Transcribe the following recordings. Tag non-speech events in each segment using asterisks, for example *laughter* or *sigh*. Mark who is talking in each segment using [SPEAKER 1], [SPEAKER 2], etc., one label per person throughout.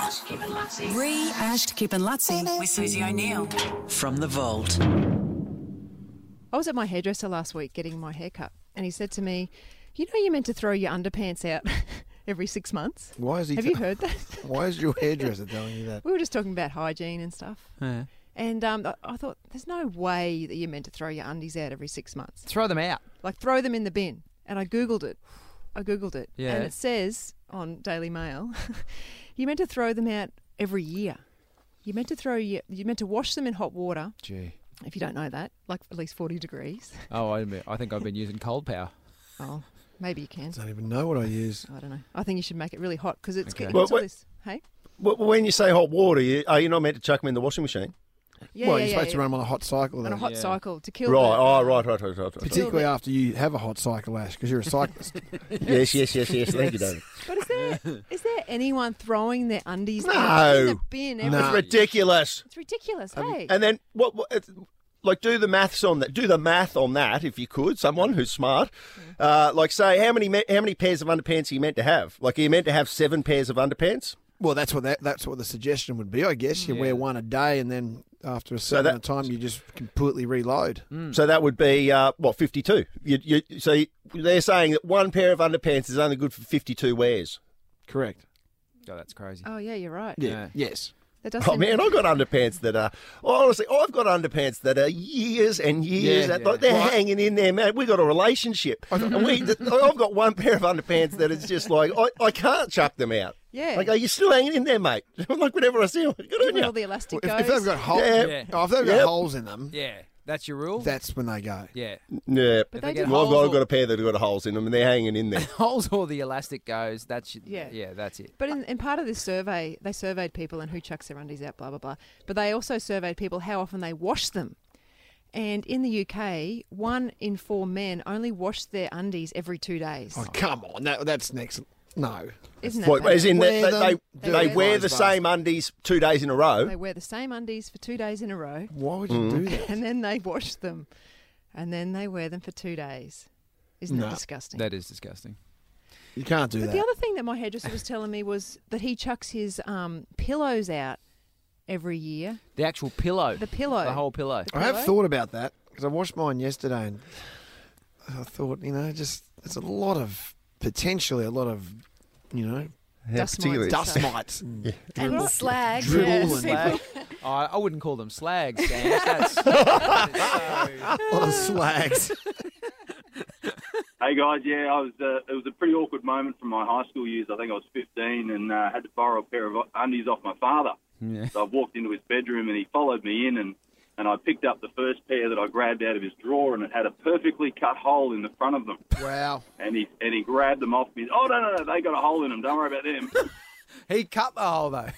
[SPEAKER 1] Re Ashed Kip and Lutzi with Susie O'Neill.
[SPEAKER 2] From the vault.
[SPEAKER 3] I was at my hairdresser last week getting my hair cut, and he said to me, You know, you're meant to throw your underpants out *laughs* every six months.
[SPEAKER 4] Why is he?
[SPEAKER 3] Have
[SPEAKER 4] t-
[SPEAKER 3] you heard that?
[SPEAKER 4] *laughs* Why is your hairdresser telling you that?
[SPEAKER 3] we were just talking about hygiene and stuff.
[SPEAKER 5] Yeah.
[SPEAKER 3] And um, I- I thought, There's no way that you're meant to throw your undies out every six months.
[SPEAKER 5] Throw them out.
[SPEAKER 3] Like, throw them in the bin. And I Googled it. I Googled it.
[SPEAKER 5] Yeah.
[SPEAKER 3] And it says on Daily Mail, *laughs* You're meant to throw them out every year. You're meant to throw your, you're meant to wash them in hot water
[SPEAKER 4] Gee,
[SPEAKER 3] if you don't know that, like at least 40 degrees.
[SPEAKER 5] Oh, I admit, I think I've been using cold power.
[SPEAKER 3] Oh, maybe you can.
[SPEAKER 4] I don't even know what I use.
[SPEAKER 3] I don't know. I think you should make it really hot because it's, it's
[SPEAKER 6] Well,
[SPEAKER 3] all
[SPEAKER 6] wait-
[SPEAKER 3] this. Hey,
[SPEAKER 6] Well, when you say hot water, you, are you not meant to chuck them in the washing machine?
[SPEAKER 3] yeah,
[SPEAKER 4] well,
[SPEAKER 3] yeah,
[SPEAKER 4] you're
[SPEAKER 3] yeah,
[SPEAKER 4] supposed
[SPEAKER 3] yeah.
[SPEAKER 4] to run 'em on a hot cycle,
[SPEAKER 3] on
[SPEAKER 4] though.
[SPEAKER 3] a hot
[SPEAKER 5] Yeah.
[SPEAKER 3] cycle to kill.
[SPEAKER 6] Right. Oh,
[SPEAKER 3] the-
[SPEAKER 6] right, right, right, right. right.
[SPEAKER 4] particularly after you have a hot cycle, Ash, because you're a cyclist.
[SPEAKER 3] *laughs*
[SPEAKER 6] Yes, yes, yes, yes. Thank you, David.
[SPEAKER 3] But is there is there anyone throwing their undies
[SPEAKER 6] No.
[SPEAKER 3] out in the bin? every-
[SPEAKER 6] It's ridiculous.
[SPEAKER 3] It's ridiculous. Hey,
[SPEAKER 6] And then what? what it's, like, do the maths on that. Do the math on that, if you could. Someone who's smart, uh, like, say how many me- how many pairs of underpants are you meant to have? Like, are you meant to have seven pairs of underpants?
[SPEAKER 4] well, that's what that, that's what the suggestion would be, I guess. You wear one a day, and then after a certain amount of time, you just completely reload.
[SPEAKER 6] So that would be uh, what fifty two. You, you, so you, they're saying that one pair of underpants is only good for fifty two wears.
[SPEAKER 4] Correct.
[SPEAKER 5] God, that's crazy.
[SPEAKER 3] oh yeah, you're right.
[SPEAKER 4] Yeah. Yes.
[SPEAKER 3] That does
[SPEAKER 6] *laughs* Oh
[SPEAKER 3] seem-
[SPEAKER 6] man,
[SPEAKER 3] *laughs*
[SPEAKER 6] I've got underpants that are honestly, I've got underpants that are years and years.
[SPEAKER 4] Yeah,
[SPEAKER 6] and, like, they're hanging in there, man. We got a relationship. and we, I've got one pair of underpants that is just like I, I can't chuck them out.
[SPEAKER 3] Yeah.
[SPEAKER 6] Like, are you still hanging in there, mate? *laughs* I'm like, whenever I see them, good on
[SPEAKER 3] where all
[SPEAKER 6] you.
[SPEAKER 3] the elastic
[SPEAKER 4] If,
[SPEAKER 3] goes.
[SPEAKER 4] if they've got holes,
[SPEAKER 6] Yeah.
[SPEAKER 5] Yeah.
[SPEAKER 4] oh, if they've got
[SPEAKER 6] Yep.
[SPEAKER 4] holes in them,
[SPEAKER 5] Yeah, that's your rule.
[SPEAKER 4] that's when they go.
[SPEAKER 3] *laughs*
[SPEAKER 5] yeah,
[SPEAKER 6] yeah.
[SPEAKER 3] but
[SPEAKER 5] they
[SPEAKER 3] they
[SPEAKER 5] get
[SPEAKER 3] do.
[SPEAKER 6] Well, I've got, I've
[SPEAKER 5] holes
[SPEAKER 6] got a pair that have got holes in them, and they're hanging in
[SPEAKER 3] *laughs*
[SPEAKER 6] there.
[SPEAKER 5] holes or the elastic goes. That's your,
[SPEAKER 3] Yeah.
[SPEAKER 5] yeah, yeah, that's it.
[SPEAKER 3] But in, in part of this survey, they surveyed people and who chucks their undies out, blah, blah, blah. But they also surveyed people how often they wash them. And in the UK, one in four men only wash their undies every two days.
[SPEAKER 4] Oh, come on, that, that's next. No.
[SPEAKER 3] Isn't that
[SPEAKER 6] What,
[SPEAKER 3] bad?
[SPEAKER 6] as in,
[SPEAKER 4] Wear
[SPEAKER 6] they, they,
[SPEAKER 4] them,
[SPEAKER 6] they,
[SPEAKER 3] do
[SPEAKER 6] they
[SPEAKER 3] it.
[SPEAKER 6] wear the
[SPEAKER 4] Clothes
[SPEAKER 6] same undies two days in a row.
[SPEAKER 3] They wear the same undies for two days in a row,
[SPEAKER 4] Why would you do that?
[SPEAKER 3] and then they wash them, and then they wear them for two days. Isn't that
[SPEAKER 4] No.
[SPEAKER 3] disgusting?
[SPEAKER 5] That is disgusting.
[SPEAKER 4] You can't do
[SPEAKER 3] but
[SPEAKER 4] that.
[SPEAKER 3] the other thing that my hairdresser was telling me was that he chucks his um, pillows out every year.
[SPEAKER 5] The actual pillow.
[SPEAKER 3] The pillow.
[SPEAKER 5] The whole pillow. *laughs*
[SPEAKER 4] I have thought about that because I washed mine yesterday, and I thought, you know, just it's a lot of potentially a lot of, you know,
[SPEAKER 3] Dust
[SPEAKER 6] particularly.
[SPEAKER 3] mites and
[SPEAKER 4] dust
[SPEAKER 3] stuff.
[SPEAKER 4] mites and
[SPEAKER 7] And
[SPEAKER 3] Right.
[SPEAKER 7] slag.
[SPEAKER 4] *laughs* dribble
[SPEAKER 7] yes.
[SPEAKER 4] *laughs* and
[SPEAKER 5] Slag. I, I wouldn't call them
[SPEAKER 3] *laughs*
[SPEAKER 5] slags, James. That's, that is
[SPEAKER 4] a
[SPEAKER 5] so-
[SPEAKER 4] lot of slags.
[SPEAKER 5] *laughs*
[SPEAKER 8] Hey guys, yeah, I was. Uh, it was a pretty awkward moment from my high school years. I think I was 15 and uh, had to borrow a pair of undies off my father.
[SPEAKER 5] Yeah.
[SPEAKER 8] So I walked into his bedroom and he followed me in and and I picked up the first pair that I grabbed out of his drawer and it had a perfectly cut hole in the front of them.
[SPEAKER 4] Wow.
[SPEAKER 8] And he and he grabbed them off me. Oh no no no, they got a hole in them. Don't worry about them.
[SPEAKER 5] He cut the hole though.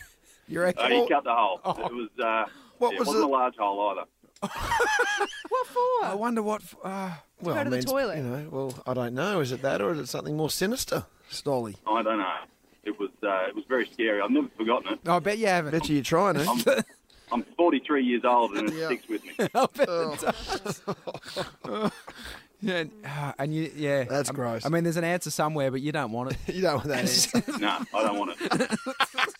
[SPEAKER 5] You reckon?
[SPEAKER 8] So he cut the hole. It was. Uh,
[SPEAKER 4] What
[SPEAKER 8] yeah,
[SPEAKER 4] was
[SPEAKER 8] it wasn't
[SPEAKER 4] it?
[SPEAKER 8] a large hole either.
[SPEAKER 3] What
[SPEAKER 5] I
[SPEAKER 3] for?
[SPEAKER 5] wonder what. f- Uh,
[SPEAKER 4] Well,
[SPEAKER 3] to
[SPEAKER 4] I
[SPEAKER 3] the
[SPEAKER 4] mean, it's-
[SPEAKER 3] toilet.
[SPEAKER 4] You know, well, I don't know. Is it that or is it something more sinister, Stolly?
[SPEAKER 8] I don't know. It was. Uh, it was very scary. I've never forgotten it.
[SPEAKER 5] I bet you haven't.
[SPEAKER 4] Bet you you're trying eh? to.
[SPEAKER 8] I'm 43 years old and it sticks with me.
[SPEAKER 3] Oh.
[SPEAKER 5] I bet it does. *laughs* yeah, uh, and you, yeah,
[SPEAKER 4] That's
[SPEAKER 5] I,
[SPEAKER 4] gross. *laughs*
[SPEAKER 5] I mean, there's an answer somewhere, but you don't want it.
[SPEAKER 4] you don't want that. answer.
[SPEAKER 8] No, I don't want it.